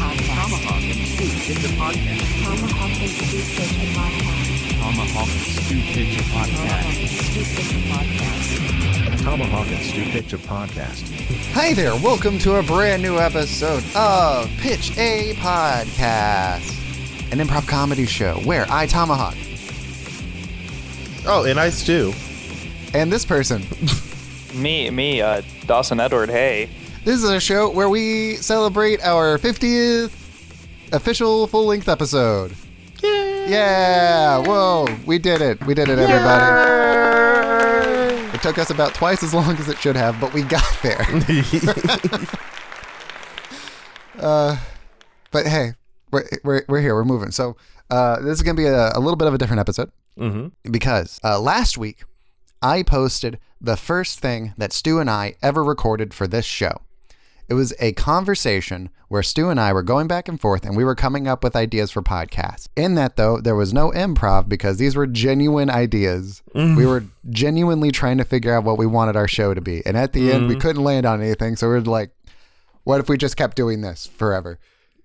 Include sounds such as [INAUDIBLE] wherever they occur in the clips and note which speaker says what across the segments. Speaker 1: Tomahawk and Stew Pitcher Podcast.
Speaker 2: Tomahawk and Stew Pitcher Podcast.
Speaker 1: Tomahawk and Stew Pitcher
Speaker 2: Tomahawk and Stew Pitcher Podcast.
Speaker 3: Tomahawk and Stew Pitcher podcast.
Speaker 4: Hey there, welcome to a brand new episode of Pitch a Podcast, an improv comedy show where I, Tomahawk,
Speaker 3: Oh, and I [LAUGHS] stew.
Speaker 4: and this person.
Speaker 5: Me, me, uh, Dawson Edward. Hey,
Speaker 4: This is a show where we celebrate our 50th official full length episode. Yeah! Whoa, we did it. We did it, everybody. It took us about twice as long as it should have, but we got there. uh, but hey, we're, we're, we're here. We're moving. So uh, this is going to be a, a little bit of a different episode because uh, last week I posted the first thing that Stu and I ever recorded for this show. It was a conversation where Stu and I were going back and forth and we were coming up with ideas for podcasts. In that, though, there was no improv because these were genuine ideas. We were genuinely trying to figure out what we wanted our show to be. And at the end, we couldn't land on anything. So we were like, what if we just kept doing this forever?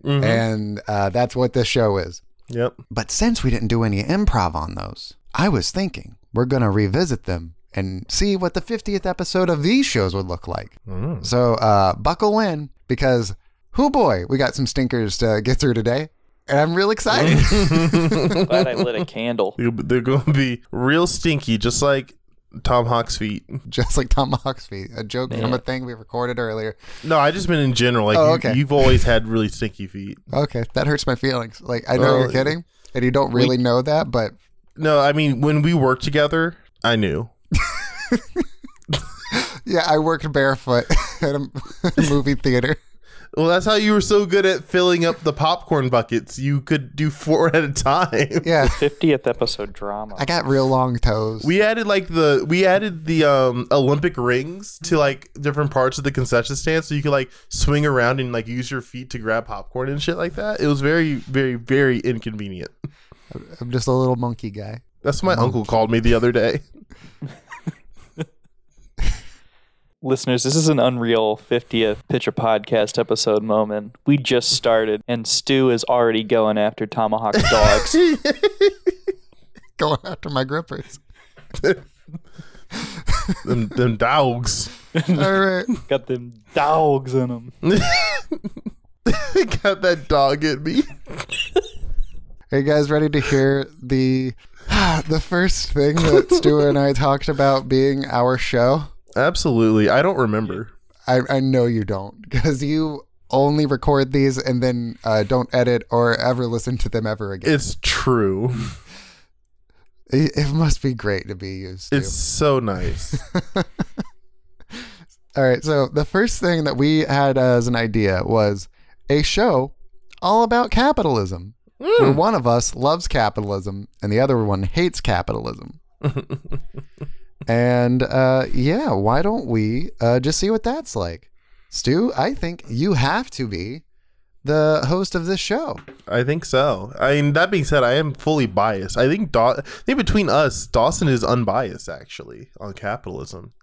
Speaker 4: And uh, that's what this show is.
Speaker 3: Yep.
Speaker 4: But since we didn't do any improv on those, I was thinking we're going to revisit them and see what the 50th episode of these shows would look like. So uh, buckle in because, whoo boy, we got some stinkers to get through today. And I'm real excited. [LAUGHS]
Speaker 5: glad I lit a candle.
Speaker 3: They're, they're going to be real stinky, just like Tom Hawk's feet.
Speaker 4: Just like Tom Hawksby, a joke from a thing we recorded earlier.
Speaker 3: No, I just mean in general. Like
Speaker 4: Oh,
Speaker 3: you,
Speaker 4: okay.
Speaker 3: you've always had really stinky feet.
Speaker 4: Okay, that hurts my feelings. Like, I know
Speaker 3: Well,
Speaker 4: you're kidding, and you don't really know that, but
Speaker 3: No, I mean when we worked together, I knew.
Speaker 4: yeah, I worked barefoot [LAUGHS] at a movie theater.
Speaker 3: Well, that's how you were so good at filling up the popcorn buckets. You could do four [LAUGHS] at a time.
Speaker 4: Yeah,
Speaker 5: Fiftieth episode drama.
Speaker 4: I got real long toes.
Speaker 3: We added like the we added the um Olympic rings to like different parts of the concession stand, so you could like swing around and like use your feet to grab popcorn and shit like that. It was very, very, very inconvenient.
Speaker 4: I'm just a little monkey guy. [LAUGHS]
Speaker 3: That's what my uncle called me the other [LAUGHS] day.
Speaker 5: Listeners, this is an unreal fiftieth pitcher podcast episode moment. We just started, and Stu is already going after Tomahawk's dogs.
Speaker 4: going after
Speaker 3: [LAUGHS]
Speaker 4: my grippers.
Speaker 3: them, them [LAUGHS] dogs.
Speaker 4: All right.
Speaker 5: Got them dogs in them.
Speaker 3: They got that dog at me.
Speaker 4: Are you guys ready to hear the [SIGHS] the first thing
Speaker 3: [LAUGHS]
Speaker 4: that Stu and I talked about being our show?
Speaker 3: Absolutely. I don't remember.
Speaker 4: I, I know you don't because you only record these and then uh, don't edit or ever listen to them ever again.
Speaker 3: It's [LAUGHS] true.
Speaker 4: It, it must be great to be used to.
Speaker 3: It's so nice.
Speaker 4: All right. So the first thing that we had as an idea was a show all about capitalism, where one of us loves capitalism and the other one hates capitalism. and uh, yeah, why don't we uh, just see what that's like? Stu, I think you have to be the host of this show.
Speaker 3: I think so. I mean, that being said, I am fully biased. I think Daw- I think between us, Dawson is unbiased actually on capitalism.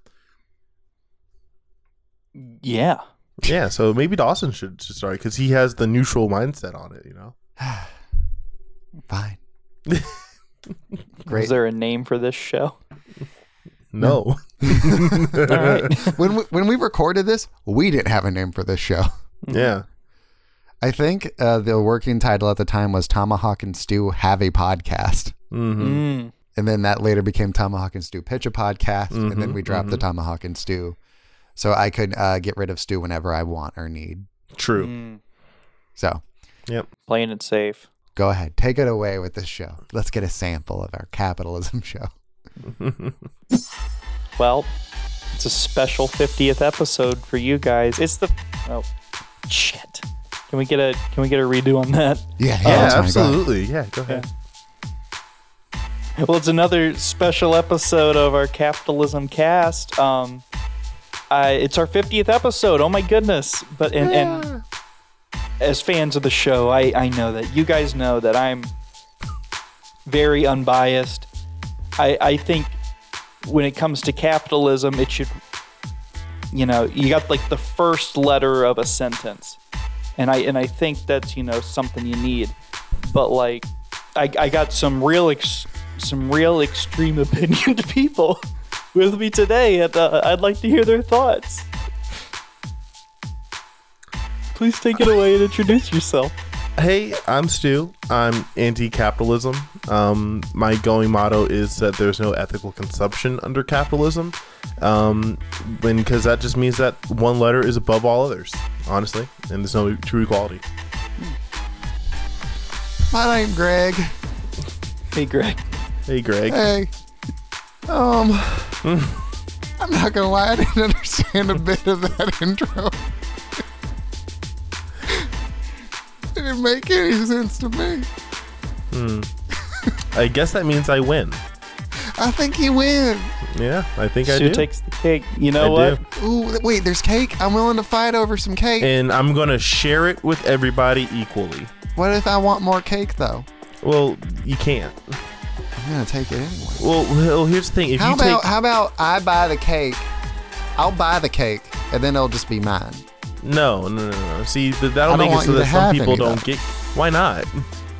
Speaker 5: Yeah,
Speaker 3: Yeah, so maybe Dawson should should start because he has the neutral mindset on it. You know,
Speaker 4: Fine.
Speaker 5: is
Speaker 4: Great.
Speaker 5: there a name for this show?
Speaker 3: no,
Speaker 5: All right,
Speaker 4: when we, when we recorded this, we didn't have a name for this show.
Speaker 3: yeah,
Speaker 4: I think uh, the working title at the time was Tomahawk and Stew Have a Podcast.
Speaker 5: Mm,
Speaker 4: And then that later became Tomahawk and Stew Pitch a Podcast. and then we dropped the Tomahawk and Stew. So I could uh, get rid of Stew whenever I want or need.
Speaker 3: true.
Speaker 5: mm.
Speaker 4: So
Speaker 3: Yep.
Speaker 5: [LAUGHS] playing it safe.
Speaker 4: go ahead, take it away with this show. Let's get a sample of our capitalism [LAUGHS] show.
Speaker 5: Well, it's a special fiftieth episode for you guys. It's the oh shit. Can we get a can we get a redo on that?
Speaker 4: Yeah, yeah,
Speaker 3: Yeah,
Speaker 4: that's fine. Go ahead.
Speaker 3: absolutely. Yeah, go ahead.
Speaker 5: Well, it's another special episode of our Capitalism Cast. Um, I, it's our 50th episode. Oh my goodness! But and, and as fans of the show, I I know that you guys know that I'm very unbiased. I I think when it comes to capitalism, it should you know you got like the first letter of a sentence and I and I think that's you know something you need. But like, I, I got some real ex- some real extreme [LAUGHS] opinioned people with me today, and uh, I'd like to hear their thoughts. Please take it away and introduce yourself.
Speaker 3: Hey, I'm Stu. I'm anti-capitalism. Um, my going motto is that there's no ethical consumption under capitalism, um, and because that just means that one letter is above all others, honestly, and there's no true equality.
Speaker 4: My name Greg.
Speaker 5: Hey, Greg.
Speaker 3: Hey, Greg.
Speaker 4: Hey.
Speaker 3: [LAUGHS]
Speaker 4: Um. I'm not gonna lie, I didn't understand a bit of that [LAUGHS] intro. it didn't make any sense to me.
Speaker 3: I guess that means I win.
Speaker 4: I think he win.
Speaker 3: Yeah, I think I
Speaker 5: Stu
Speaker 3: do.
Speaker 5: takes the cake. You
Speaker 3: I
Speaker 5: know
Speaker 3: do.
Speaker 5: what?
Speaker 4: Ooh, th- wait, there's cake. I'm willing to fight over some cake.
Speaker 3: And I'm gonna share it with everybody equally.
Speaker 4: what if I want more cake though?
Speaker 3: Well, you can't.
Speaker 4: I'm gonna take it anyway.
Speaker 3: Well, well here's the thing. If
Speaker 4: How
Speaker 3: you
Speaker 4: about
Speaker 3: take,
Speaker 4: how about I buy the cake? I'll buy the cake and then it'll just be mine.
Speaker 3: no, no, no, no. See, th-
Speaker 4: I
Speaker 3: that'll
Speaker 4: don't
Speaker 3: make it
Speaker 4: want
Speaker 3: so
Speaker 4: you to
Speaker 3: that some
Speaker 4: have
Speaker 3: people
Speaker 4: any, though.
Speaker 3: don't get. Why not?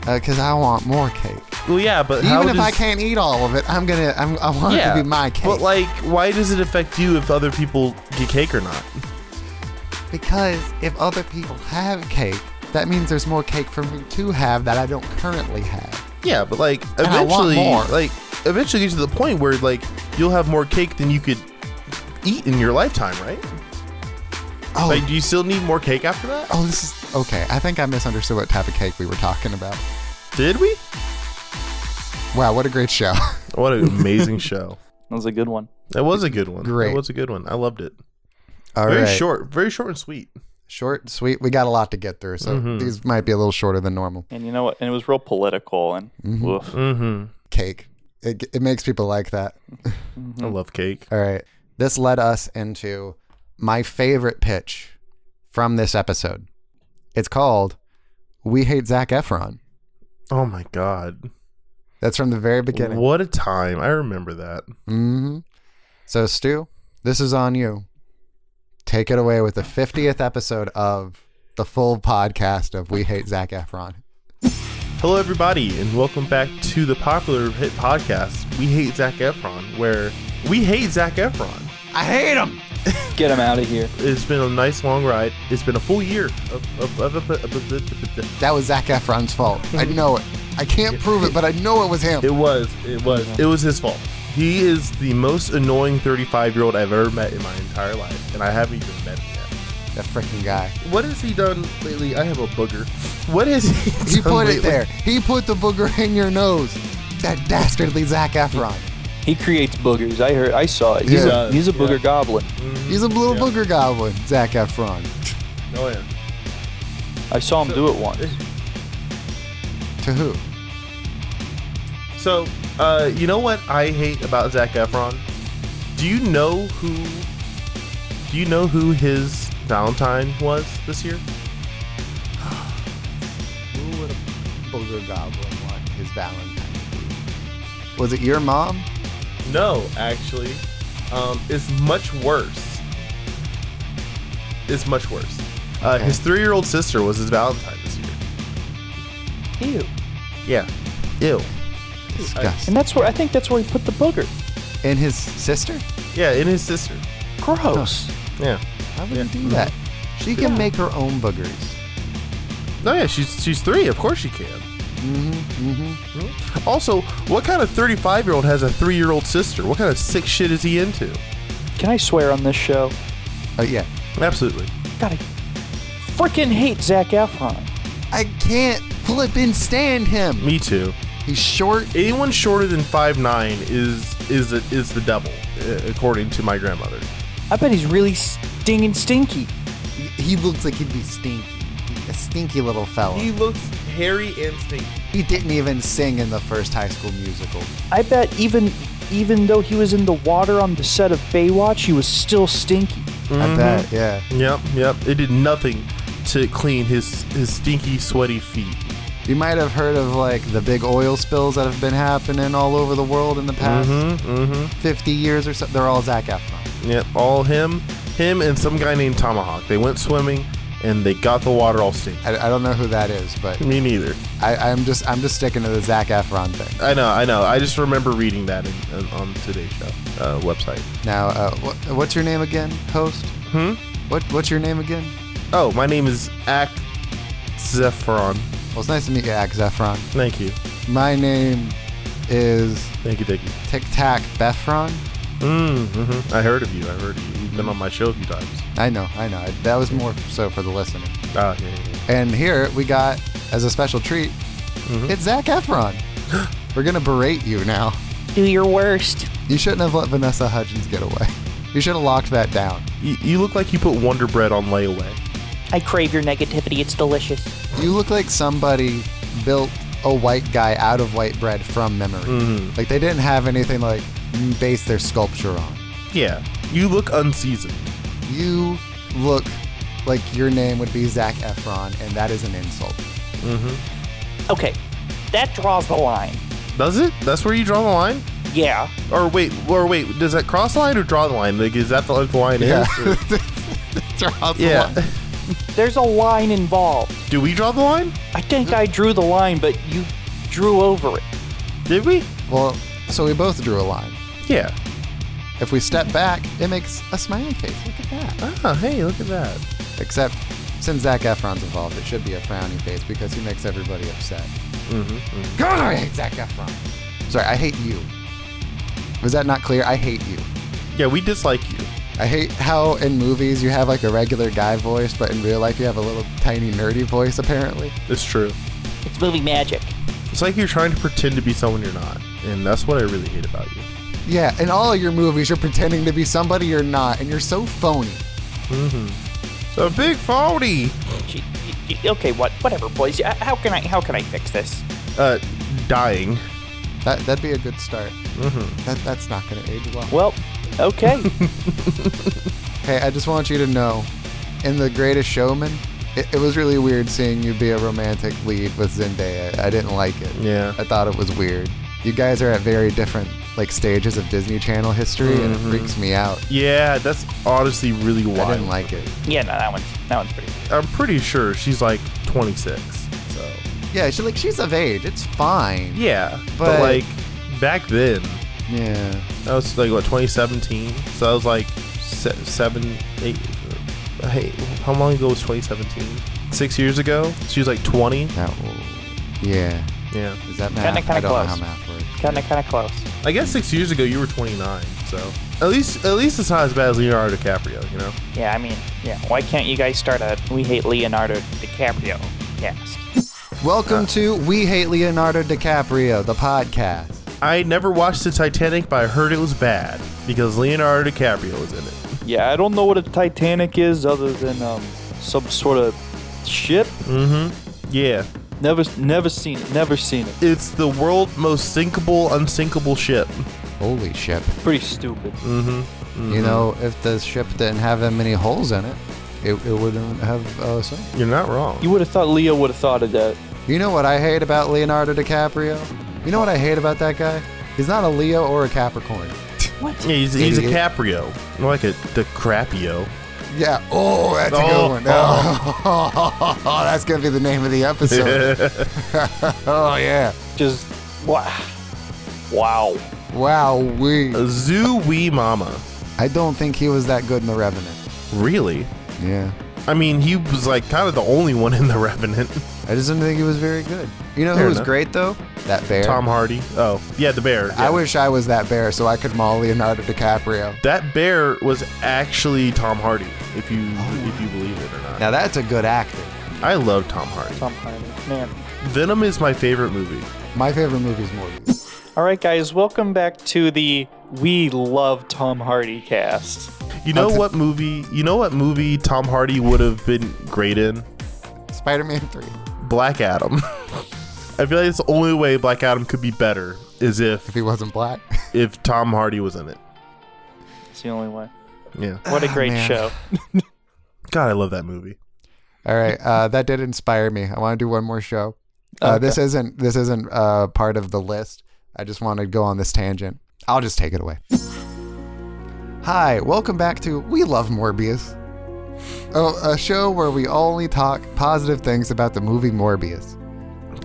Speaker 4: Uh, Cause I want more cake.
Speaker 3: Well, yeah, but how
Speaker 4: Even if
Speaker 3: does-
Speaker 4: I can't eat all of it, I'm gonna. I'm, I want
Speaker 3: yeah,
Speaker 4: it to be my cake.
Speaker 3: But like, why does it affect you if other people get cake or not?
Speaker 4: because if other people have cake, that means there's more cake for me to have that I don't currently have.
Speaker 3: Yeah, but like
Speaker 4: And I want
Speaker 3: eventually,
Speaker 4: more.
Speaker 3: like eventually get to the point where like you'll have more cake than you could eat in your lifetime, right?
Speaker 4: Oh,
Speaker 3: Like, do you still need more cake after that?
Speaker 4: oh, this is okay. I think I misunderstood what type of cake we were talking about.
Speaker 3: Did we?
Speaker 4: Wow, what a great show! [LAUGHS]
Speaker 3: What an amazing show!
Speaker 5: That was a good one.
Speaker 3: That was a good one.
Speaker 4: Great.
Speaker 3: That was a good one. I loved it.
Speaker 4: All right,
Speaker 3: very short, very short and sweet.
Speaker 4: short, and sweet. We got a lot to get through, so
Speaker 3: Mm-hmm.
Speaker 4: these might be a little shorter than normal.
Speaker 5: And you know what? And it was real political and woof.
Speaker 3: Mm-hmm.
Speaker 4: Cake. It, it makes people like that.
Speaker 3: I love cake.
Speaker 4: All right. This led us into my favorite pitch from this episode. It's called We Hate Zach Efron.
Speaker 3: Oh my god!
Speaker 4: That's from the very beginning.
Speaker 3: What a time! I remember that.
Speaker 4: hmm So, Stu, this is on you. Take it away with the 50th episode of the full podcast of We Hate Zach Efron.
Speaker 3: Hello, everybody, and welcome back to the popular hit podcast. We hate Zach Efron, where we hate Zach Efron.
Speaker 4: I hate him.
Speaker 5: Get him out of here.
Speaker 3: It's been a nice long ride. It's been a full year of, of, of, of- of- of- of-
Speaker 4: That was Zach Efron's fault. I know it. I can't prove it, but I know it was him.
Speaker 3: it was it was it was his fault. He is the most annoying 35 year old I've ever met in my entire life, and I haven't even met him yet.
Speaker 4: That freaking [LAUGHS] guy.
Speaker 3: What has he done lately? I have a booger. What has he?
Speaker 4: He
Speaker 3: done
Speaker 4: put it
Speaker 3: lately?
Speaker 4: there. He put the booger in your nose. That dastardly Zach Efron.
Speaker 5: He creates boogers. I heard. I saw it. He's
Speaker 4: Yeah.
Speaker 5: a he's a booger
Speaker 3: Yeah.
Speaker 5: goblin.
Speaker 4: He's a blue
Speaker 3: Yeah.
Speaker 4: booger goblin, Zach Efron.
Speaker 3: Oh yeah.
Speaker 5: I saw him do it once.
Speaker 4: To who?
Speaker 3: So, uh, you know what I hate about Zach Efron? Do you know who? Do you know who his Valentine was this year?
Speaker 4: Who would a booger goblin want his Valentine to be? Was it your mom?
Speaker 3: No, actually, um, it's much worse. It's much worse. Uh,
Speaker 4: Okay.
Speaker 3: His three-year-old sister was his Valentine this year.
Speaker 5: Ew.
Speaker 3: Yeah. Ew.
Speaker 4: Disgusting.
Speaker 5: And that's where I think that's where he put the booger.
Speaker 4: And his sister?
Speaker 3: Yeah, and his sister.
Speaker 5: Gross.
Speaker 3: Yeah.
Speaker 4: How would
Speaker 3: Yeah.
Speaker 4: you do that? She can
Speaker 5: Yeah.
Speaker 4: make her own boogers.
Speaker 3: No, yeah, she's she's three. Of course she can. Mm-hmm. Also, what kind of 35 year old has a three year old sister? What kind of sick shit is he into?
Speaker 5: Can I swear on this show?
Speaker 4: Oh yeah.
Speaker 3: Absolutely.
Speaker 5: God, I freaking hate Zach Efron.
Speaker 4: I can't flippin' stand him.
Speaker 3: Me too.
Speaker 4: He's short.
Speaker 3: Anyone shorter than 5'9 is is the, is the devil, uh, according to my grandmother.
Speaker 5: I bet he's really stinging stinky.
Speaker 4: He looks like he'd be stinky. A stinky little fella.
Speaker 3: He looks hairy and stinky.
Speaker 4: He didn't even sing in the first high school musical.
Speaker 5: I bet even even though he was in the water on the set of Baywatch, he was still stinky.
Speaker 4: I
Speaker 3: Mm-hmm.
Speaker 4: bet, yeah.
Speaker 3: Yep, yep. It did nothing to clean his his stinky, sweaty feet.
Speaker 4: You might have heard of like the big oil spills that have been happening all over the world in the past
Speaker 3: Mm-hmm.
Speaker 4: 50 years or so. They're all Zac Efron.
Speaker 3: Yep. All him, him, and some guy named Tomahawk. They went swimming. and they got the water all stinky.
Speaker 4: I, I don't know who that is, but
Speaker 3: Me neither.
Speaker 4: I, I'm just I'm just sticking to the Zach Efron thing.
Speaker 3: I know, I know. I just remember reading that in, in- on today's show uh, website.
Speaker 4: Now, uh, what, what's your name again, host? Hmm. What What's your name again?
Speaker 3: Oh, my name is Ak Zephron.
Speaker 4: Well, it's nice to meet you, Axe Efron.
Speaker 3: Thank you,
Speaker 4: My name is
Speaker 3: thank you, thank you.
Speaker 4: Tic Tac Befron.
Speaker 3: Mm-hmm. I heard of you. I heard of you. You've been on my show a few times.
Speaker 4: I know, I know. That was more so for the listener.
Speaker 3: Ah, yeah, yeah, yeah.
Speaker 4: And here we got as a special treat, it's Zach Efron. We're gonna berate you now.
Speaker 2: Do your worst.
Speaker 4: You shouldn't have let Vanessa Hudgens get away. You should have locked that down.
Speaker 3: You, you look like you put Wonder Bread on layaway.
Speaker 2: I crave your negativity. It's delicious.
Speaker 4: You look like somebody built a white guy out of white bread from memory. Like they didn't have anything like base their sculpture on.
Speaker 3: Yeah, you look unseasoned.
Speaker 4: You look like your name would be Zach Efron, and that is an insult.
Speaker 2: Okay, that draws the line.
Speaker 3: Does it? That's where you draw the line.
Speaker 2: Yeah.
Speaker 3: Or wait, or wait, does that cross the line or draw the line? Like, is that the, like, the line is? [LAUGHS] Or-
Speaker 4: Draw the
Speaker 3: yeah.
Speaker 4: line.
Speaker 5: There's a line involved.
Speaker 3: Do we draw the line?
Speaker 5: I think I drew the line, but you drew over it.
Speaker 3: Did we?
Speaker 4: Well, so we both drew a line.
Speaker 3: Yeah.
Speaker 4: If we step back, it makes a smiley face. Look
Speaker 3: [LAUGHS]
Speaker 4: at that.
Speaker 3: Ah, hey, look at that.
Speaker 4: Except since Zach Efron's involved, it should be a frowny face because he makes everybody upset. God, I hate Zach Efron. Sorry, I hate you. Was that not clear? I hate you.
Speaker 3: Yeah, we dislike you.
Speaker 4: I hate how in movies you have like a regular guy voice, but in real life you have a little tiny nerdy voice apparently.
Speaker 3: It's true.
Speaker 2: It's movie magic.
Speaker 3: It's like you're trying to pretend to be someone you're not, and that's what I really hate about you.
Speaker 4: Yeah, in all of your movies you're pretending to be somebody you're not, and you're so phony.
Speaker 3: A big forty.
Speaker 2: Gee, y- y- Okay, what? Whatever, boys. Uh, How can I? How can I fix this?
Speaker 3: Uh, dying.
Speaker 4: That that'd be a good start. That that's not gonna age well.
Speaker 5: Well, okay.
Speaker 4: Hey, I just want you to know, in The Greatest Showman, it, it was really weird seeing you be a romantic lead with Zendaya. I didn't like it.
Speaker 3: Yeah.
Speaker 4: I thought it was weird. You guys are at very different like stages of Disney Channel history, and it freaks me out.
Speaker 3: Yeah, that's honestly really wild.
Speaker 4: I didn't like it.
Speaker 5: yeah, no, that one's that one's pretty.
Speaker 3: I'm pretty sure she's like 26. So
Speaker 4: Yeah, she like she's of age. It's fine.
Speaker 3: yeah, but,
Speaker 4: But-
Speaker 3: like back then,
Speaker 4: Yeah.
Speaker 3: that was like what 2017. So that was like se- seven, eight. uh, Hey, how long ago was 2017? Six years ago. She was like 20.
Speaker 4: That will. Yeah.
Speaker 3: Yeah,
Speaker 4: Is that math?
Speaker 5: Kinda-
Speaker 4: I
Speaker 5: kinda
Speaker 4: don't know how
Speaker 5: close.
Speaker 4: math works.
Speaker 5: Kind of kind of close.
Speaker 3: I guess six years ago you were 29. So at least at least it's not as bad as Leonardo DiCaprio. You know.
Speaker 5: Yeah, I mean, yeah. Why can't you guys start a We Hate Leonardo DiCaprio cast?
Speaker 4: Welcome to We Hate Leonardo DiCaprio, the podcast.
Speaker 3: I never watched the Titanic, but I heard it was bad because Leonardo DiCaprio was in it.
Speaker 5: Yeah, I don't know what a Titanic is other than um, some sort of ship.
Speaker 3: Yeah,
Speaker 5: Never, never seen it. Never seen it.
Speaker 3: it's the world's most sinkable, unsinkable ship.
Speaker 4: Holy ship.
Speaker 5: Pretty stupid.
Speaker 4: You know, if the ship didn't have that many holes in it, it, it wouldn't have uh, sunk.
Speaker 3: You're not wrong.
Speaker 5: You would have thought Leo would have thought of that.
Speaker 4: You know what I hate about Leonardo DiCaprio? You know what I hate about that guy? He's not a Leo or a Capricorn.
Speaker 3: yeah, he's, he's a
Speaker 4: Idiot.
Speaker 3: Caprio, More like a the Crapio.
Speaker 4: Yeah. Oh, that's a
Speaker 3: Oh,
Speaker 4: good one. Oh. [LAUGHS] that's gonna be the name of the episode. [LAUGHS] oh yeah.
Speaker 5: Just wow, wow.
Speaker 4: Wow. We.
Speaker 3: Zoo wee mama.
Speaker 4: I don't think he was that good in The Revenant.
Speaker 3: Really?
Speaker 4: Yeah.
Speaker 3: I mean, he was like kind of the only one in the Revenant.
Speaker 4: I just didn't think he was very good. You know who
Speaker 3: Fair
Speaker 4: was
Speaker 3: enough.
Speaker 4: great though? That bear.
Speaker 3: Tom Hardy. Oh, yeah, the bear.
Speaker 4: I
Speaker 3: Yeah.
Speaker 4: wish I was that bear so I could maul Leonardo DiCaprio.
Speaker 3: That bear was actually Tom Hardy, if you if you believe it or not.
Speaker 4: Now that's a good actor.
Speaker 3: I love Tom Hardy.
Speaker 5: Tom Hardy, man.
Speaker 3: Venom is my favorite movie.
Speaker 4: My favorite movie is Morbius.
Speaker 5: All right, guys, welcome back to the We Love Tom Hardy cast.
Speaker 3: You know
Speaker 4: That's a-
Speaker 3: what movie? You know what movie Tom Hardy would have been great in?
Speaker 4: Spider-Man 3.
Speaker 3: Black Adam. [LAUGHS] I feel like it's the only way Black Adam could be better is
Speaker 4: If
Speaker 3: if
Speaker 4: he wasn't black. [LAUGHS]
Speaker 3: if Tom Hardy was in it.
Speaker 5: It's the only way.
Speaker 3: Yeah.
Speaker 5: What a great
Speaker 4: man.
Speaker 5: show.
Speaker 3: God, I love that movie.
Speaker 4: All right, uh, that did inspire me. I want to do one more show. Uh, This isn't this isn't uh, part of the list. I just want to go on this tangent. I'll just take it away. Hi, welcome back to We Love Morbius. Oh, a show where we only talk positive things about the movie Morbius.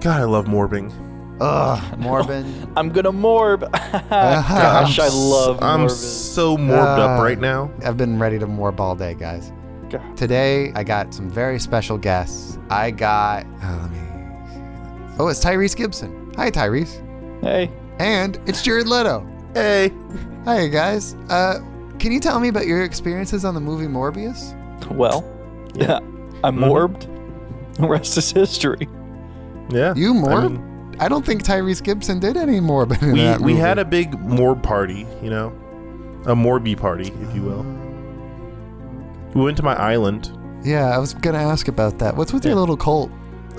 Speaker 3: God, I love morbing.
Speaker 4: [LAUGHS] Ugh, Morbin.
Speaker 5: I'm gonna morb. [LAUGHS] Gosh, I
Speaker 3: Uh-huh. I'm s-
Speaker 5: love
Speaker 3: I'm
Speaker 5: morbid.
Speaker 3: so morbed up
Speaker 4: Ah.
Speaker 3: right now.
Speaker 4: I've been ready to morb all day, guys.
Speaker 5: God.
Speaker 4: Today, I got some very special guests. I got. Oh, let me- oh, it's Tyrese Gibson. Hi, Tyrese.
Speaker 5: Hey,
Speaker 4: And it's Jared Leto.
Speaker 3: Hey,
Speaker 4: Hi, guys. Uh, can you tell me about your experiences on the movie Morbius?
Speaker 5: well, yeah, [LAUGHS] I'm
Speaker 3: Mm-hmm.
Speaker 5: morbed. The rest is history.
Speaker 3: yeah,
Speaker 4: You
Speaker 3: I
Speaker 4: morb? I,
Speaker 3: mean,
Speaker 4: don't think Tyrese Gibson did any morbid in
Speaker 3: we
Speaker 4: that
Speaker 3: we
Speaker 4: movie.
Speaker 3: had a big morb party, you know, a morby party, if you will. We went to my island.
Speaker 4: Yeah, I was gonna ask about that. What's with your
Speaker 3: Yeah.
Speaker 4: little cult?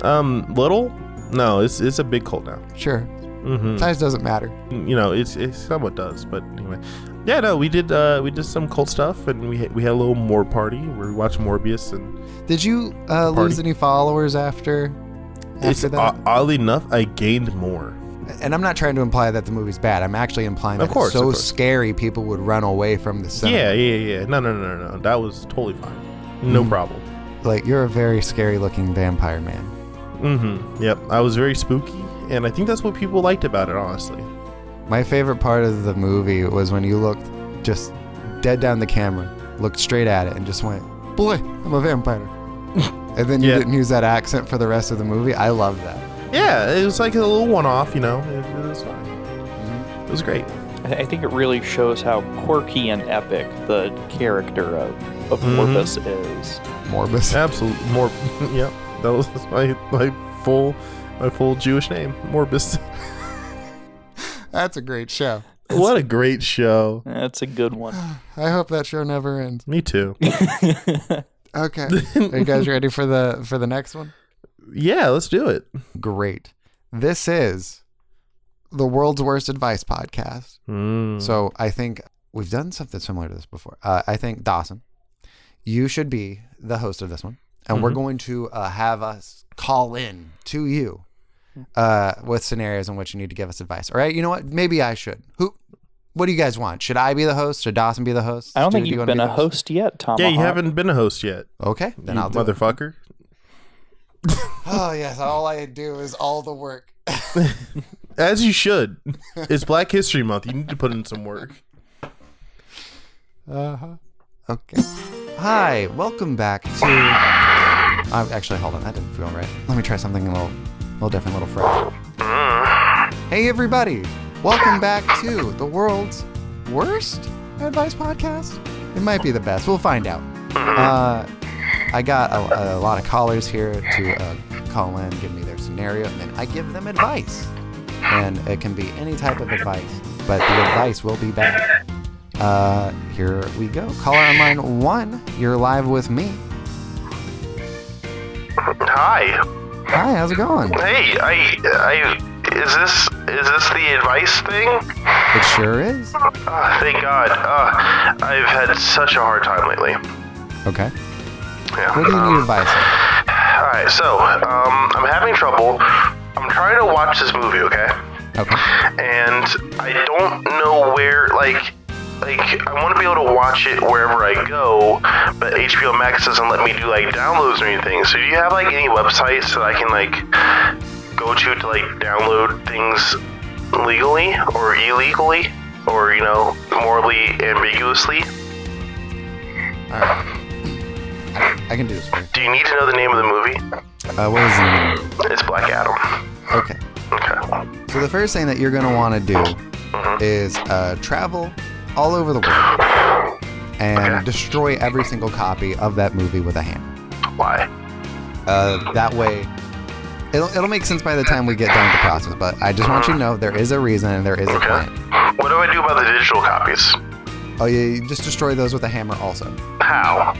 Speaker 3: Um, little? No, it's it's a big cult now.
Speaker 4: Sure,
Speaker 3: hmm
Speaker 4: size doesn't matter.
Speaker 3: You know, it's it somewhat does, but anyway. Yeah, no, we did uh we did some cult stuff, and we we had a little morb party where we watched Morbius, and
Speaker 4: Did you uh, lose
Speaker 3: Party.
Speaker 4: any followers after? After
Speaker 3: it's uh,
Speaker 4: that?
Speaker 3: o- oddly enough, I gained more.
Speaker 4: and I'm not trying to imply that the movie's bad. I'm actually implying
Speaker 3: Of
Speaker 4: that
Speaker 3: course,
Speaker 4: it's so
Speaker 3: of course.
Speaker 4: scary people would run away from the cinema.
Speaker 3: Yeah, yeah, yeah. No, no, no, no, no. That was totally fine. No
Speaker 4: Mm.
Speaker 3: problem.
Speaker 4: Like you're a very scary looking vampire man.
Speaker 3: Mm-hmm. Yep. I was very spooky, and I think that's what people liked about it, honestly.
Speaker 4: My favorite part of the movie was when you looked just dead down the camera, looked straight at it, and just went, "Boy, I'm a vampire." and then you
Speaker 3: Yeah.
Speaker 4: didn't use that accent for the rest of the movie. I love that.
Speaker 3: Yeah, it was like a little one-off, you know. It, it was fine. It was great.
Speaker 5: I I think it really shows how quirky and epic the character of of
Speaker 3: Mhm.
Speaker 5: Morbus is.
Speaker 4: Morbus.
Speaker 3: Absolute more. [LAUGHS] yep. That was [LAUGHS] my my full my full Jewish name, Morbus. [LAUGHS]
Speaker 4: That's a great show.
Speaker 3: what a great show.
Speaker 5: That's a good one.
Speaker 4: I hope that show never ends.
Speaker 3: Me too.
Speaker 4: Okay. Are you guys ready for the for the next one?
Speaker 3: yeah, let's do it.
Speaker 4: Great. This is the world's worst advice podcast.
Speaker 3: Mm.
Speaker 4: So I think we've done something similar to this before. Uh, I think Dawson, you should be the host of this one, and we're
Speaker 5: Mm-hmm.
Speaker 3: Mhm.
Speaker 4: going to uh, have us call in to you uh, with scenarios in which you need to give us advice. All right, you know what? Maybe I should. Who? What do you guys want? Should I be the host? Should Dawson be the host?
Speaker 5: I don't
Speaker 4: Stu,
Speaker 5: think
Speaker 4: do you
Speaker 5: you've
Speaker 4: wanna
Speaker 5: been
Speaker 4: be
Speaker 5: a
Speaker 4: the
Speaker 5: host yet, Tom.
Speaker 3: yeah, you haven't been a host yet,
Speaker 4: Okay, Uh-huh. then
Speaker 3: you
Speaker 4: I'll do. it.
Speaker 3: motherfucker.
Speaker 4: Oh yes, all I do is all the work.
Speaker 3: As you
Speaker 4: [LAUGHS]
Speaker 3: should. it's Black History Month. You need to put in some work.
Speaker 4: Uh-huh. Okay. Hi, welcome back to. Um, actually, hold on, that didn't feel right. Let me try something a little, little different, a little fresh. Hey, everybody, welcome back to the world's worst advice podcast. It might be the best. We'll find out. Uh, I got a, a lot of callers here to uh, call in, give me their scenario, and then I give them advice. And it can be any type of advice, but the advice will be bad. Uh, here we go. Caller on line one, you're live with me.
Speaker 6: Hi.
Speaker 4: Hi, how's it going?
Speaker 6: Hey, I, I, is this, is this the advice thing?
Speaker 4: It sure is.
Speaker 6: Ah, thank God. Uh, I've had such a hard time lately.
Speaker 4: Okay.
Speaker 6: Yeah.
Speaker 4: What do you need advice on?
Speaker 6: All right. So, um, I'm having trouble. I'm trying to watch this movie, okay?
Speaker 4: Okay.
Speaker 6: And I don't know where, like, like I want to be able to watch it wherever I go, but HBO Max doesn't let me do like downloads or anything. So, do you have like any websites that I can like go to to like download things legally or illegally or you know morally ambiguously?
Speaker 4: All right. I, I can do this for you.
Speaker 6: Do you need to know the name of the movie?
Speaker 4: Uh, what is the name of the movie?
Speaker 6: It's Black Adam.
Speaker 4: Okay.
Speaker 6: Okay.
Speaker 4: So the first thing that you're gonna want to do is uh, travel all over the world and destroy every single copy of that movie with a hammer.
Speaker 6: Why?
Speaker 4: Uh, that way, it'll it'll make sense by the time we get done with the process. But I just want you to know there is a reason and there is a
Speaker 6: Okay.
Speaker 4: plan.
Speaker 6: What do I do about the digital copies?
Speaker 4: Oh, yeah, you just destroy those with a hammer also.
Speaker 6: How?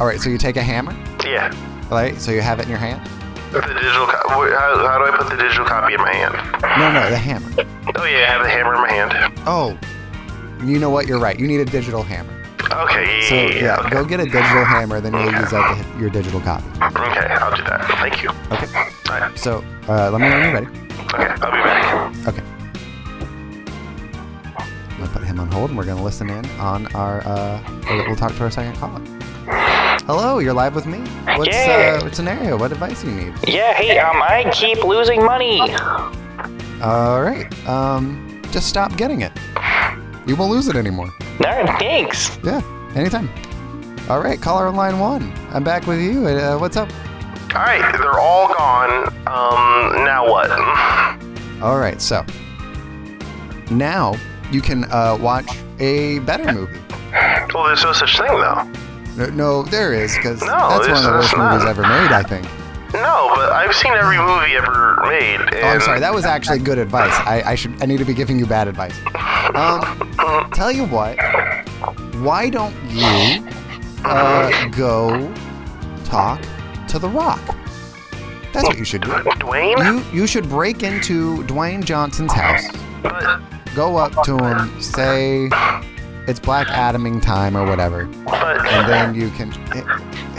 Speaker 4: All right, so you take a hammer,
Speaker 6: Yeah.
Speaker 4: right? So you have it in your hand?
Speaker 6: The digital. Co- wh- how, how do I put the digital copy in my hand?
Speaker 4: No, no, the hammer.
Speaker 6: Oh yeah, I have the hammer in my hand.
Speaker 4: Oh, you know what? You're right. You need a digital hammer.
Speaker 6: Okay.
Speaker 4: So, yeah,
Speaker 6: okay.
Speaker 4: go get a digital hammer, then you'll use that to hit your digital copy.
Speaker 6: Okay, I'll do that. Thank you.
Speaker 4: Okay.
Speaker 6: All right.
Speaker 4: So, uh, let me know when you're ready.
Speaker 6: Okay, I'll be back.
Speaker 4: Okay. I'm going to put him on hold, and we're going to listen in on our, uh, we'll, we'll talk to our second caller. Hello, you're live with me. What's
Speaker 2: Yeah.
Speaker 4: uh, what's an area? What advice you need?
Speaker 2: Yeah, hey, um, I keep losing money.
Speaker 4: All right. Um, just stop getting it. You won't lose it anymore.
Speaker 2: No, thanks.
Speaker 4: Yeah, anytime. All right, caller on line one. I'm back with you. Uh, what's up?
Speaker 6: All right, they're all gone. Um, now what?
Speaker 4: All right, so now you can uh, watch a better movie.
Speaker 6: Well, there's no such thing though.
Speaker 4: No, no there is because
Speaker 6: No,
Speaker 4: that's one
Speaker 6: it's-
Speaker 4: of the
Speaker 6: it's
Speaker 4: worst
Speaker 6: not.
Speaker 4: movies ever made. I think.
Speaker 6: No, but I've seen every movie ever made. And
Speaker 4: Oh, I'm sorry. That was actually good advice. I, I should. I need to be giving you bad advice. Um, tell you what. Why don't you uh, go talk to The Rock? That's what you should do.
Speaker 6: Dwayne.
Speaker 4: You you should break into Dwayne Johnson's house.
Speaker 6: But
Speaker 4: Go up to him. Say it's Black Adaming time or whatever, and
Speaker 6: but
Speaker 4: then you can.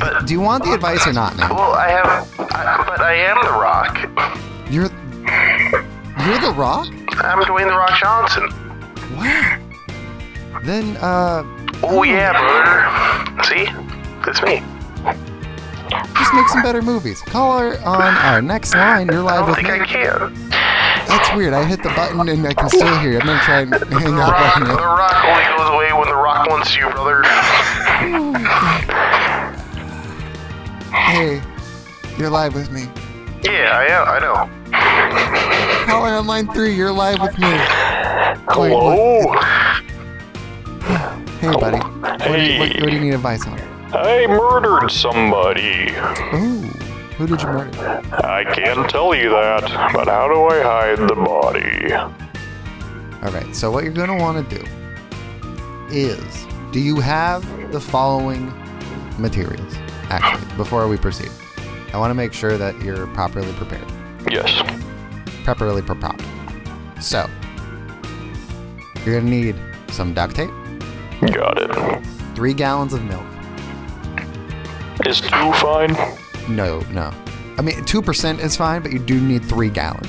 Speaker 4: eh, Do you want the advice or not now?
Speaker 6: well, I have. I, but I am The Rock.
Speaker 4: You're you're The Rock.
Speaker 6: I'm Dwayne The Rock Johnson.
Speaker 4: Wow. Then uh,
Speaker 6: Oh yeah, brother. See, it's me.
Speaker 4: just make some better movies. Call her on our next line. You're
Speaker 6: I
Speaker 4: live
Speaker 6: don't
Speaker 4: with
Speaker 6: think I
Speaker 4: me.
Speaker 6: can.
Speaker 4: That's weird. I hit the button and I can still hear. you. I'm gonna try and [LAUGHS]
Speaker 6: The
Speaker 4: hang up
Speaker 6: Rock.
Speaker 4: on
Speaker 6: The
Speaker 4: you.
Speaker 5: [LAUGHS]
Speaker 6: Rock only goes away when The Rock wants you, brother.
Speaker 4: Hey, you're live with me.
Speaker 6: Yeah, I am. I know.
Speaker 4: Caller on line three, you're live with me. Wait, what-
Speaker 2: Hello.
Speaker 4: Hey, buddy. What, do you, what, what do you need advice on?
Speaker 5: I murdered somebody.
Speaker 4: Ooh, who did you murder?
Speaker 5: I can't tell you that, but how do I hide the body?
Speaker 4: All right. So what you're gonna want to do is, do you have the following materials? Actually, before we proceed, I want to make sure that you're properly prepared.
Speaker 5: Yes.
Speaker 4: properly prepped. So, you're gonna need some duct tape,
Speaker 5: Got it.
Speaker 4: three gallons of milk.
Speaker 5: Is two fine?
Speaker 4: No, no. I mean, 2% is fine, but you do need three gallons.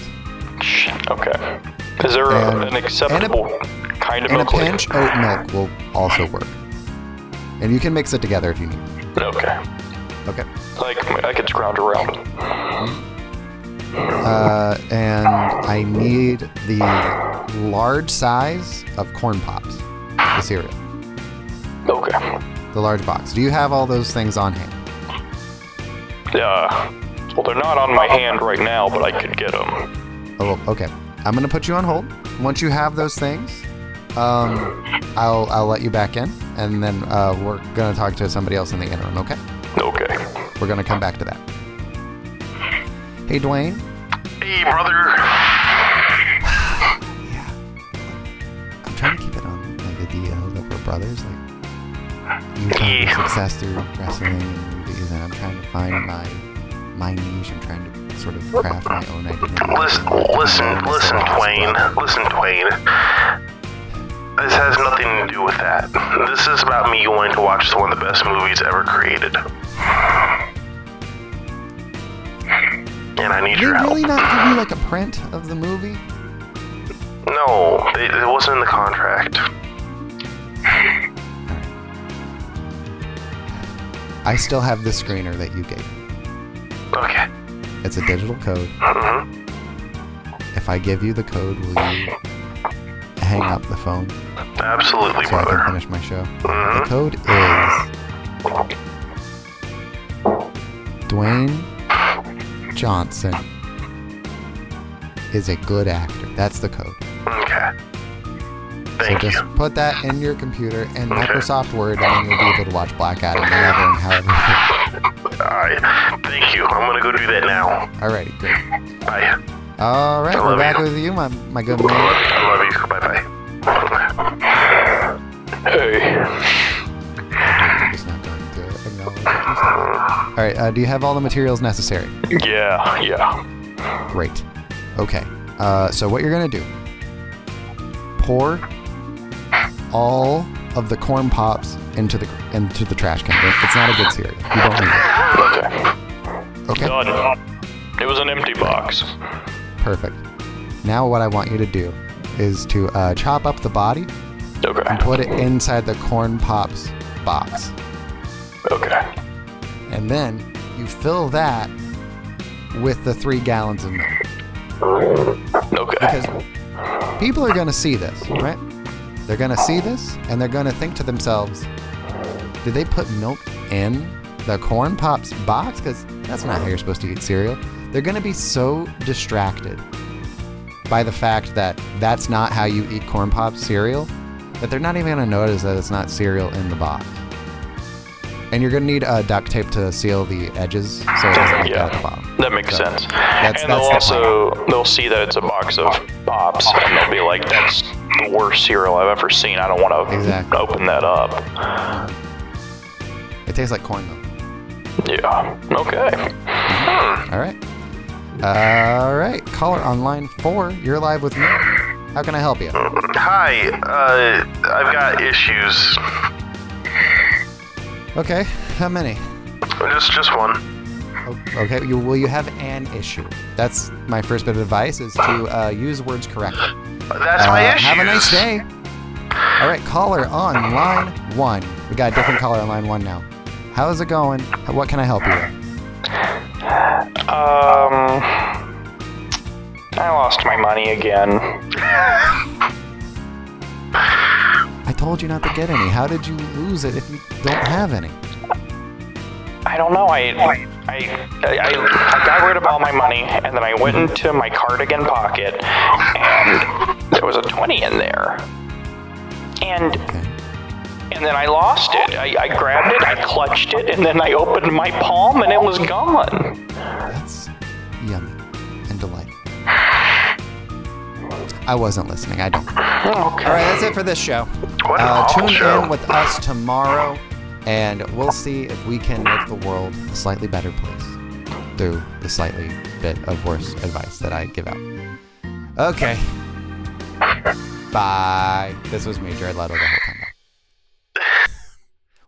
Speaker 5: Shh, Okay. Is there a-
Speaker 4: And-
Speaker 5: an acceptable kind of
Speaker 4: And a
Speaker 5: milk?
Speaker 4: pinch oat milk will also work. And you can mix it together if you need.
Speaker 5: Okay.
Speaker 4: Okay.
Speaker 5: Like I could ground around.
Speaker 4: Uh, and I need the large size of corn pops, the cereal,
Speaker 5: Okay.
Speaker 4: the large box. Do you have all those things on hand?
Speaker 5: Uh, well, they're not on my hand right now, but I could get them.
Speaker 4: Oh, okay. I'm gonna put you on hold. Once you have those things, um, I'll I'll let you back in, and then uh, we're gonna talk to somebody else in the interim. Okay?
Speaker 5: Okay.
Speaker 4: We're gonna come back to that. Hey, Dwayne.
Speaker 6: Hey, brother.
Speaker 4: I'm trying to keep it on like the DL that we're brothers. Like you found your success through wrestling and movies, and I'm trying to find my my niche. I'm trying to sort of craft my own identity.
Speaker 6: Listen, listen, listen, Dwayne. Listen, Dwayne. This has nothing to do with that. This is about me wanting to watch one of the best movies ever created. And I need
Speaker 4: Did they
Speaker 6: your help.
Speaker 4: really not give you like a print of the movie?
Speaker 6: No, they, it wasn't in the contract.
Speaker 4: I still have the screener that you gave.
Speaker 6: Okay.
Speaker 4: It's a digital code.
Speaker 6: hmm Mm-hmm.
Speaker 4: If I give you the code, will you hang up the phone so
Speaker 6: Absolutely,
Speaker 4: I can
Speaker 6: brother.
Speaker 4: finish my show? The
Speaker 6: hmm
Speaker 4: code is Dwayne Johnson is a good actor. That's the code.
Speaker 6: Okay. Thank
Speaker 4: so
Speaker 6: you.
Speaker 4: just put that in your computer and
Speaker 6: Okay.
Speaker 4: Microsoft Word, and then you'll be able to watch Black Adam whenever and however.
Speaker 6: Alright. Thank you. I'm gonna go do that now.
Speaker 4: Alrighty, good.
Speaker 6: Bye.
Speaker 4: All right,
Speaker 6: love
Speaker 4: we're back
Speaker 6: you.
Speaker 4: with you, my, my good man.
Speaker 6: I love you. Bye bye.
Speaker 5: Hey.
Speaker 4: I'm just not going to acknowledge it. All right. Uh, do you have all the materials necessary?
Speaker 5: Yeah. Yeah.
Speaker 4: Great. Okay. Uh, so what you're gonna do? Pour all of the corn pops into the into the trash can. It's not a good cereal. You don't need it.
Speaker 5: Okay.
Speaker 4: Okay.
Speaker 5: Done. It was an empty box.
Speaker 4: Perfect. Now what I want you to do is to uh, chop up the body
Speaker 5: Okay.
Speaker 4: and put it inside the corn pops box.
Speaker 5: Okay.
Speaker 4: and then you fill that with the three gallons of milk.
Speaker 6: Okay.
Speaker 4: Because people are going to see this, right? They're going to see this and they're going to think to themselves, did they put milk in the Corn Pops box? Because that's not how you're supposed to eat cereal. They're going to be so distracted by the fact that that's not how you eat Corn Pop cereal that they're not even going to notice that it's not cereal in the box. And you're going to need uh, duct tape to seal the edges so it doesn't leak out at the bottom.
Speaker 6: That makes sense.
Speaker 4: That's-
Speaker 6: and
Speaker 4: that's
Speaker 6: they'll
Speaker 4: the plan.
Speaker 6: also they'll see that it's a box of pops, and they'll be like, "That's the worst cereal I've ever seen. I don't want to
Speaker 4: Exactly.
Speaker 6: open that up."
Speaker 4: It tastes like corn milk.
Speaker 6: Yeah. Okay.
Speaker 4: All right. All right. Caller on line four. You're live with me. How can I help you?
Speaker 6: Hi. Uh, I've got issues.
Speaker 4: Okay. How many?
Speaker 6: Just just one.
Speaker 4: O- Okay. You, will you have an issue? That's my first bit of advice: is to uh, use words correctly.
Speaker 6: That's
Speaker 4: Uh,
Speaker 6: my issue.
Speaker 4: have a nice day. All right. Caller on line one. We got a different caller on line one now. How's it going? What can I help you with?
Speaker 2: Um, I lost my money again.
Speaker 4: I told you not to get any. How did you lose it if you don't have any?
Speaker 2: I don't know. I I, I, I I got rid of all my money, and then I went into my cardigan pocket, and there was a twenty in there, and and then I lost it. I, I grabbed it, I clutched it, and then I opened my palm, and it was gone.
Speaker 4: That's yummy and delightful. I wasn't listening. I don't. All right, that's it for this show.
Speaker 6: What an
Speaker 4: Uh,
Speaker 6: awful
Speaker 4: tune
Speaker 6: show.
Speaker 4: in with us tomorrow, and we'll see if we can make the world a slightly better place through the slightly bit of worse advice that I give out. Okay. Bye. This was me, Jared Leto, the whole time.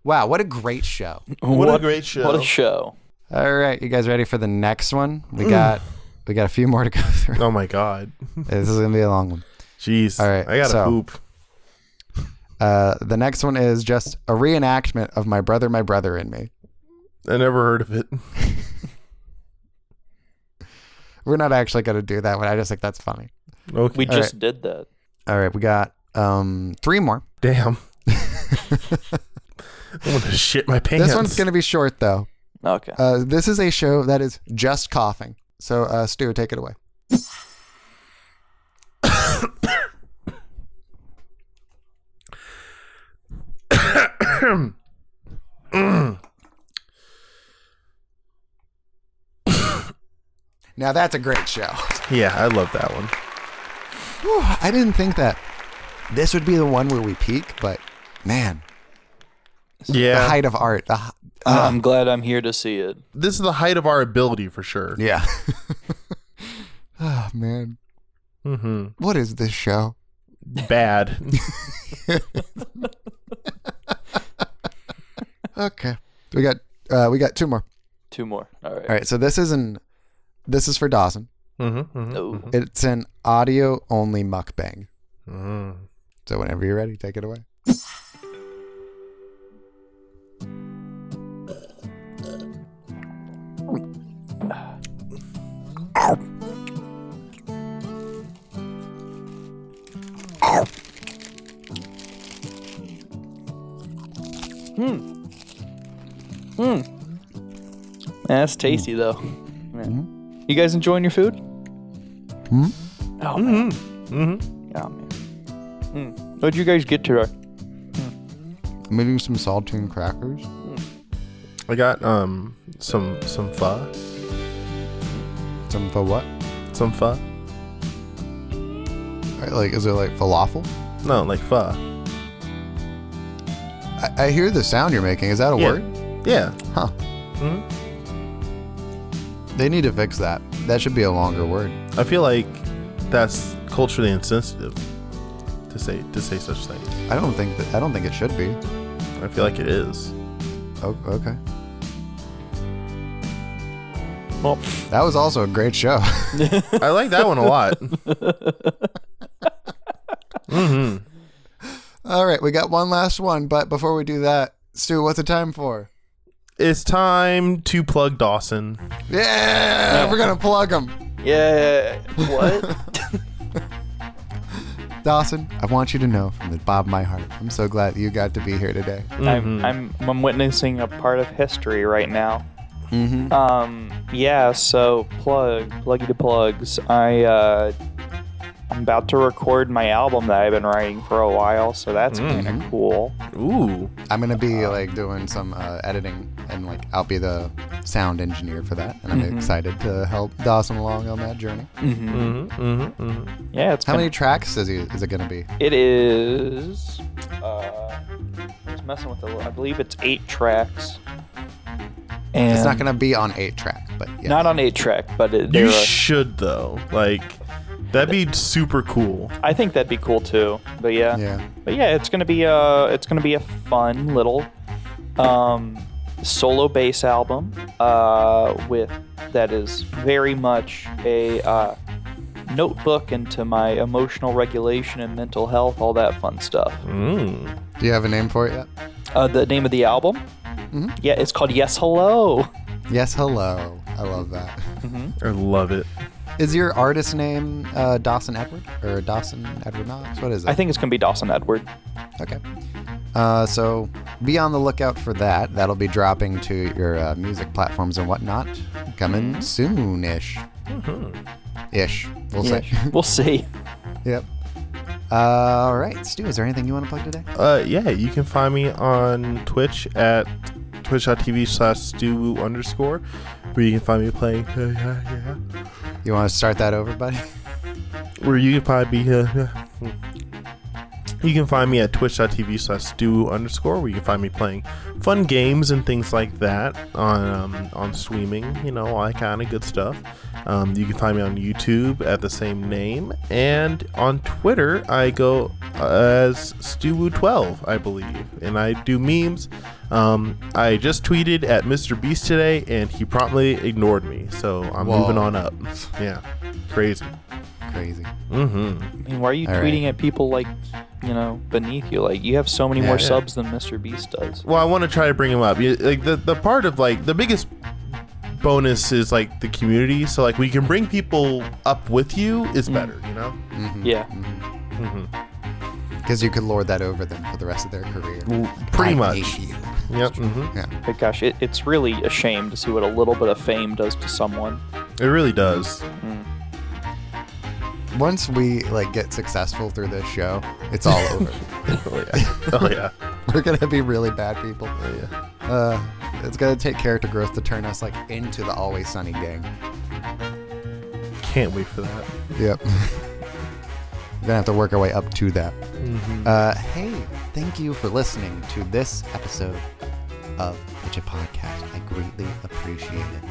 Speaker 4: Wow, what a great show.
Speaker 3: What, a great show.
Speaker 5: What a show.
Speaker 4: All right, you guys ready for the next one? We got we got a few more to go through.
Speaker 3: oh my god.
Speaker 4: This is gonna be a long one.
Speaker 3: Jeez.
Speaker 4: All right,
Speaker 3: I gotta
Speaker 4: so-
Speaker 3: poop.
Speaker 4: Uh, the next one is just a reenactment of my brother, my brother, and me.
Speaker 3: I never heard of it. [LAUGHS]
Speaker 4: We're not actually gonna do that one. I just think that's funny.
Speaker 3: Okay.
Speaker 5: We
Speaker 4: All
Speaker 5: just did that.
Speaker 4: All right, we got um three more.
Speaker 3: Damn. I'm gonna shit my pants.
Speaker 4: This one's gonna be short though.
Speaker 5: Okay.
Speaker 4: Uh, this is a show that is just coughing. So uh, Stu, take it away. now that's a great show.
Speaker 3: Yeah, I love that one.
Speaker 4: Whew, I didn't think that this would be the one where we peak, but man, the
Speaker 3: Yeah.
Speaker 4: height of art. The, hi-
Speaker 5: I'm glad I'm here to see it.
Speaker 3: this is the height of our ability for sure.
Speaker 4: [LAUGHS] yeah. oh man,
Speaker 3: Mm-hmm.
Speaker 4: what is this show?
Speaker 3: Bad.
Speaker 4: Okay, we got uh, we got two more.
Speaker 5: Two more. All right.
Speaker 4: All right, so this is an this is for Dawson.
Speaker 3: mm-hmm,
Speaker 5: Oh.
Speaker 4: It's an audio only mukbang.
Speaker 3: mm-hmm.
Speaker 4: So whenever you're ready, take it away.
Speaker 5: That's tasty though. Man.
Speaker 4: Mm-hmm.
Speaker 5: You guys enjoying your food?
Speaker 4: Hmm?
Speaker 5: Oh man. Mm-hmm. Oh man. Mm. What'd you guys get today?
Speaker 4: I'm eating some saltine crackers.
Speaker 3: I got um some some pho.
Speaker 4: Some for what?
Speaker 3: Some pho.
Speaker 4: Right, Like, is it like falafel?
Speaker 3: No, like pho.
Speaker 4: I, I hear the sound you're making. Is that a
Speaker 3: Yeah. Mm-hmm.
Speaker 4: word?
Speaker 3: Yeah.
Speaker 4: Huh. They need to fix that. That should be a longer word.
Speaker 3: I feel like that's culturally insensitive to say to say such things.
Speaker 4: I don't think that. I don't think it should be.
Speaker 3: I feel like it is.
Speaker 4: Oh, okay.
Speaker 3: Well,
Speaker 4: That was also a great show. [LAUGHS]
Speaker 3: I like that one a lot.
Speaker 4: All right, we got one last one, but before we do that, Stu, what's the time for?
Speaker 3: it's time to plug Dawson.
Speaker 4: Yeah, we're gonna plug him.
Speaker 5: Yeah. [LAUGHS] What?
Speaker 4: Dawson, I want you to know from the bottom of my heart, I'm so glad you got to be here today.
Speaker 5: I'm, I'm I'm witnessing a part of history right now.
Speaker 4: Mm-hmm.
Speaker 5: Um. Yeah. So plug pluggy to plugs. I uh, I'm about to record my album that I've been writing for a while, so that's kind of cool.
Speaker 3: Ooh,
Speaker 4: I'm gonna be like doing some uh, editing and like I'll be the sound engineer for that, and I'm
Speaker 5: Mm-hmm.
Speaker 4: excited to help Dawson along on that journey.
Speaker 5: Yeah. It's
Speaker 4: How
Speaker 5: been-
Speaker 4: many tracks is, he, is it gonna be?
Speaker 5: It is. Uh, I was messing with the. I believe it's eight tracks. And
Speaker 4: It's not gonna be on eight track, but yeah.
Speaker 5: Not on eight track, but it,
Speaker 3: you
Speaker 5: they're, uh,
Speaker 3: should though. Like that'd be super cool.
Speaker 5: I think that'd be cool too. But yeah.
Speaker 4: yeah.
Speaker 5: But yeah, it's gonna be a it's gonna be a fun little um, solo bass album uh, with that is very much a uh, notebook into my emotional regulation and mental health, all that fun stuff.
Speaker 3: Mm.
Speaker 4: Do you have a name for it yet?
Speaker 5: Uh, the name of the album, yeah, it's called Yes Hello.
Speaker 4: Yes, hello. I love that. [LAUGHS]
Speaker 3: I love it.
Speaker 4: Is your artist name uh, Dawson Edward or Dawson Edward Knox? What is it?
Speaker 5: I think it's gonna be Dawson Edward.
Speaker 4: Okay. Uh, so be on the lookout for that. That'll be dropping to your uh, music platforms and whatnot. Coming soon ish. Ish. We'll say.
Speaker 5: we'll see.
Speaker 4: [LAUGHS] yep. Uh, all right. Stu, is there anything you want to plug today?
Speaker 3: Uh, yeah, you can find me on Twitch at twitch.tv slash stew underscore, where you can find me playing. [LAUGHS]
Speaker 4: You want to start that over, buddy? [LAUGHS]
Speaker 3: where you can find me. Uh, yeah. you can find me at twitch.tv slash stew underscore, where you can find me playing fun games and things like that on um, on streaming, you know, all that kind of good stuff. Um, you can find me on YouTube at the same name, and on Twitter I go as stewu12, I believe, and I do memes. Um, I just tweeted at Mr. Beast today, and he promptly ignored me. So I'm
Speaker 4: Whoa.
Speaker 3: moving on up. Yeah, crazy.
Speaker 4: Crazy.
Speaker 3: Mm-hmm.
Speaker 5: I mean, why are you
Speaker 4: All
Speaker 5: tweeting at people like you know beneath you? Like you have so many
Speaker 3: Yeah,
Speaker 5: more
Speaker 3: yeah.
Speaker 5: subs than Mr. Beast does.
Speaker 3: well, I want to try to bring him up. You- Like the the part of like the biggest bonus is like the community. So like we can bring people up with you is
Speaker 4: Mm.
Speaker 3: better, you know.
Speaker 5: Yeah.
Speaker 4: Because you could lord that over them for the rest of their career.
Speaker 3: Pretty
Speaker 4: I
Speaker 3: much.
Speaker 4: hate you.
Speaker 3: Yep. hmm
Speaker 5: But gosh, it, it's really a shame to see what a little bit of fame does to someone.
Speaker 3: It really does.
Speaker 4: Once we like get successful through this show, it's all over.
Speaker 3: Oh yeah. [LAUGHS] Oh yeah. Oh,
Speaker 4: We're gonna be really bad people.
Speaker 3: yeah.
Speaker 4: Uh, it's gonna take character growth to turn us like into the Always Sunny gang.
Speaker 3: Can't wait for that.
Speaker 4: Yep. [LAUGHS] We're gonna have to work our way up to that. Uh, hey, thank you for listening to this episode of Pitch a Podcast. I greatly appreciate it.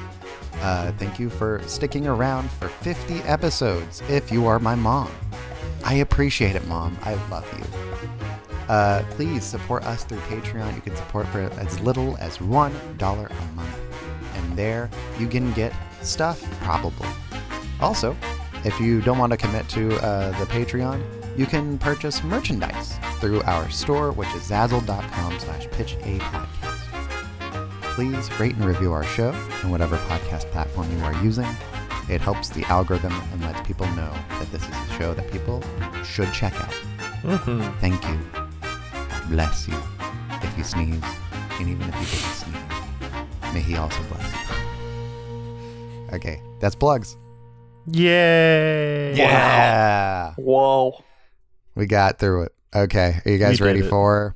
Speaker 4: Uh, thank you for sticking around for 50 episodes. If you are my mom, I appreciate it, mom. I love you. Uh, please support us through Patreon. You can support for as little as one dollar a month, and there you can get stuff probably. Also, if you don't want to commit to uh, the Patreon, you can purchase merchandise through our store, which is zazzle.com slash pitch a podcast. Please rate and review our show on whatever podcast platform you are using. It helps the algorithm and lets people know that this is a show that people should check out. Thank you. God bless you. If you sneeze, and even if you didn't sneeze, may he also bless you. Okay, that's plugs.
Speaker 3: Yay.
Speaker 4: Yeah.
Speaker 5: Whoa.
Speaker 4: We got through it. Okay. Are you guys
Speaker 3: did
Speaker 4: ready
Speaker 3: it.
Speaker 4: for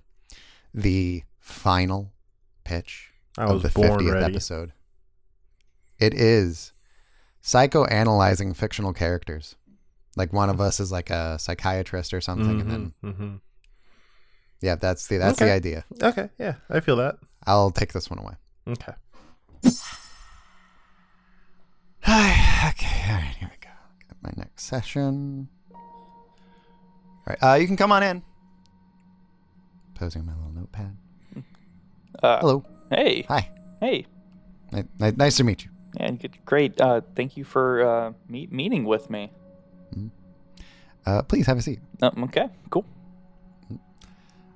Speaker 4: the final pitch
Speaker 3: I
Speaker 4: of
Speaker 3: was
Speaker 4: the
Speaker 3: born
Speaker 4: 50th
Speaker 3: ready.
Speaker 4: episode? It is psychoanalyzing fictional characters. Like one of us is like a psychiatrist or something, and then
Speaker 3: Mhm,
Speaker 4: yeah, that's the that's the
Speaker 3: Okay.
Speaker 4: idea.
Speaker 3: mhm. Okay. Yeah. I feel that.
Speaker 4: I'll take this one away.
Speaker 3: Okay.
Speaker 4: okay, all right, here we go. Got my next session. All right, uh, you can come on in. Posing my little notepad.
Speaker 5: Uh,
Speaker 4: Hello.
Speaker 5: Hey.
Speaker 4: Hi.
Speaker 5: Hey.
Speaker 4: Ni- ni- nice to meet you.
Speaker 5: And good, great. Uh, thank you for uh, meet, meeting with me.
Speaker 4: Uh, please have a seat.
Speaker 5: Um, okay. Cool.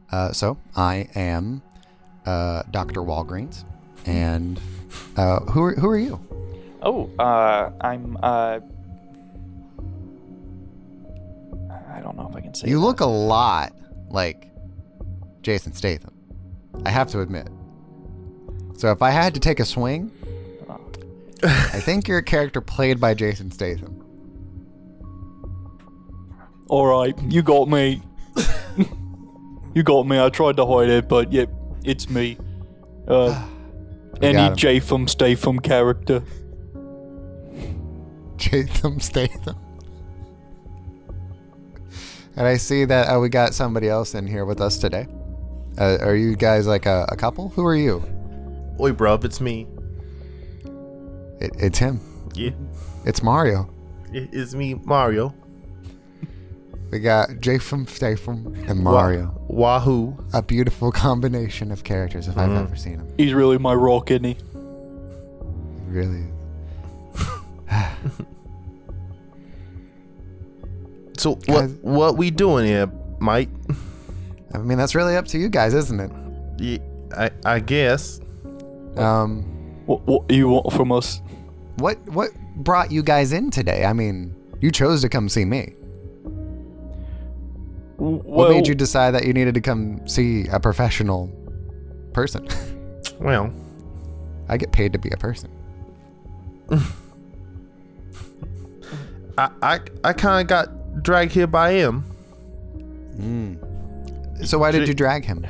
Speaker 4: Uh, so I am uh, Dr. Walgreens, And uh, who are who are you?
Speaker 5: Oh, uh, I'm. Uh, I don't know if I can say.
Speaker 4: You
Speaker 5: that.
Speaker 4: look a lot like Jason Statham. I have to admit. So if I had to take a swing, I think you're a character played by Jason Statham. [LAUGHS]
Speaker 5: All right, you got
Speaker 4: [LAUGHS]
Speaker 5: me. you got me. I tried to hide it, but yep, it's me. Uh,
Speaker 4: [SIGHS] got
Speaker 5: any
Speaker 4: him.
Speaker 5: J from Stay from character.
Speaker 4: Jatham Statham. And I see that uh, we got somebody else in here with us today. Uh, are you guys like a, a couple? Who are you?
Speaker 3: Oi, bruv, it's me.
Speaker 4: It, it's him.
Speaker 3: Yeah,
Speaker 4: It's Mario.
Speaker 3: it- it's me, Mario.
Speaker 4: We got Jatham Statham and Mario.
Speaker 3: Wa- Wahoo.
Speaker 4: A beautiful [LAUGHS] combination of characters if
Speaker 5: Mm-hmm.
Speaker 4: I've ever seen them.
Speaker 5: He's really my rock, isn't he?
Speaker 4: Really.
Speaker 3: So what?
Speaker 4: Guys-
Speaker 3: What we doing here, Mike?
Speaker 4: I mean, that's really up to you guys, isn't it?
Speaker 3: Yeah, I I guess.
Speaker 4: Um,
Speaker 5: What, what you want from us?
Speaker 4: what what brought you guys in today? I mean, you chose to come see me. What made you decide that you needed to come see a professional person? [LAUGHS]
Speaker 3: Well,
Speaker 4: I get paid to be a person.
Speaker 3: I I, I kind of got dragged here by him.
Speaker 4: So why did
Speaker 3: J-
Speaker 4: you drag him,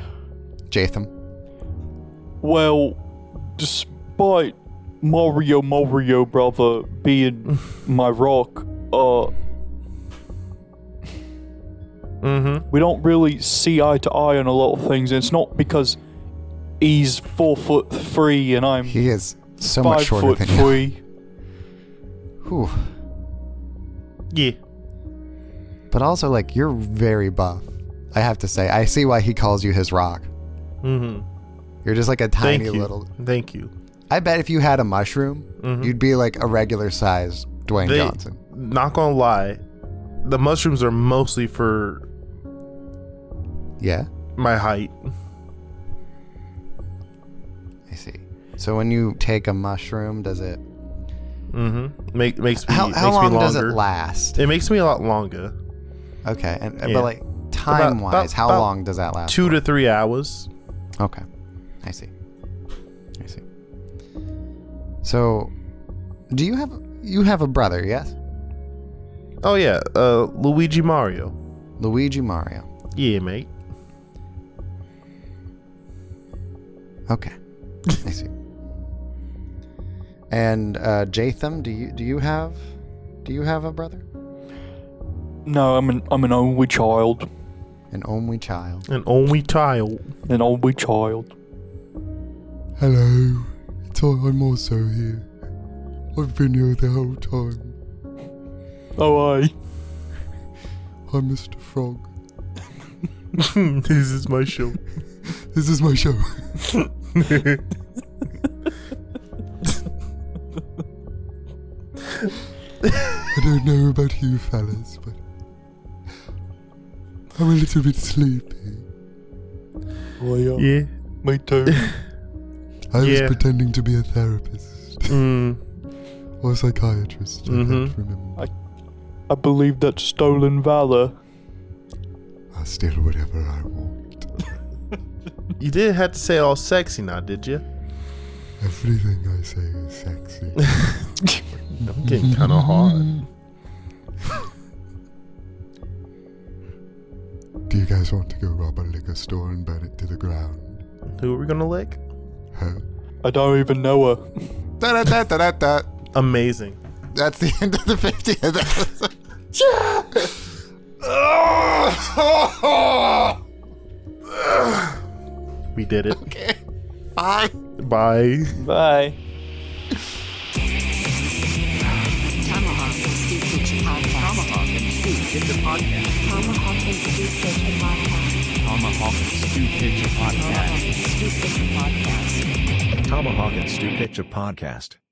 Speaker 4: Jatham?
Speaker 5: Well, despite Mario Mario brother
Speaker 7: [LAUGHS]
Speaker 5: being my rock, uh,
Speaker 3: Mm-hmm.
Speaker 5: we don't really see eye to eye on a lot of things. And it's not because he's four foot three and I'm
Speaker 4: He is so
Speaker 5: five
Speaker 4: much shorter
Speaker 5: foot
Speaker 4: than you.
Speaker 5: three.
Speaker 4: Whew.
Speaker 3: Yeah.
Speaker 4: But also, like, you're very buff. I have to say, I see why he calls you his rock.
Speaker 3: Mm-hmm.
Speaker 4: You're just like a
Speaker 3: Thank
Speaker 4: tiny
Speaker 3: you.
Speaker 4: little.
Speaker 3: Thank you.
Speaker 4: I bet if you had a mushroom, you'd be like a regular size Dwayne
Speaker 3: Mm-hmm. They-
Speaker 4: Johnson.
Speaker 3: Not gonna lie, the mushrooms are mostly for
Speaker 4: Yeah,
Speaker 3: my height.
Speaker 4: I see. So when you take a mushroom, does it?
Speaker 3: Mm-hmm. Make makes me
Speaker 4: How,
Speaker 3: makes
Speaker 4: how long
Speaker 3: me longer.
Speaker 4: does it last?
Speaker 3: It makes me a lot longer.
Speaker 4: Okay, and,
Speaker 3: Yeah.
Speaker 4: but like time wise,
Speaker 3: about-
Speaker 4: how
Speaker 3: about
Speaker 4: long does that last?
Speaker 3: Two to three hours.
Speaker 4: Okay. I see. I see. So, do you have you have a brother? Yes,
Speaker 3: Oh yeah, uh, Luigi Mario.
Speaker 4: Luigi Mario.
Speaker 3: Yeah, mate.
Speaker 4: Okay, I see. And uh, Jatham, do you do you have do you have a brother?
Speaker 5: No, I'm an I'm an only child,
Speaker 4: An only child.
Speaker 3: An only child. [LAUGHS]
Speaker 5: an only child.
Speaker 7: Hello, it's I- I'm also here. I've been here the whole time.
Speaker 5: Oh, aye.
Speaker 7: I'm Mr. Frog.
Speaker 3: this is my show.
Speaker 7: This is my show. I don't know about you fellas, but I'm a little bit sleepy.
Speaker 5: Oh, yeah.
Speaker 3: Yeah.
Speaker 5: Me too.
Speaker 3: [LAUGHS]
Speaker 7: I was
Speaker 3: Yeah.
Speaker 7: pretending to be a therapist
Speaker 4: [LAUGHS]
Speaker 3: Mm.
Speaker 7: or psychiatrist. I
Speaker 3: Mhm.
Speaker 7: can't remember.
Speaker 5: I believe that's stolen valor.
Speaker 7: I steal whatever I want.
Speaker 3: You didn't have to say all sexy now, did you?
Speaker 7: Everything I say is sexy.
Speaker 3: I'm getting kind of hard.
Speaker 7: Do you guys want to go rob a liquor store and burn it to the ground?
Speaker 3: Who are we gonna lick?
Speaker 7: Huh?
Speaker 5: I don't even know her.
Speaker 4: Da, da, da, da, da.
Speaker 3: Amazing.
Speaker 4: That's the end of the 50th episode. [LAUGHS]
Speaker 3: We did it.
Speaker 4: Bye.
Speaker 3: Bye.
Speaker 5: Bye.
Speaker 8: Tomahawk and Stew Kitchen Podcast.
Speaker 1: Tomahawk and Stew Kitchen Podcast.
Speaker 8: Tomahawk and Stew Kitchen Podcast.
Speaker 1: Tomahawk and Stew Kitchen
Speaker 8: Tomahawk and Stew Kitchen
Speaker 1: Podcast.
Speaker 8: Podcast.
Speaker 9: Tomahawk and Stew Picture Podcast.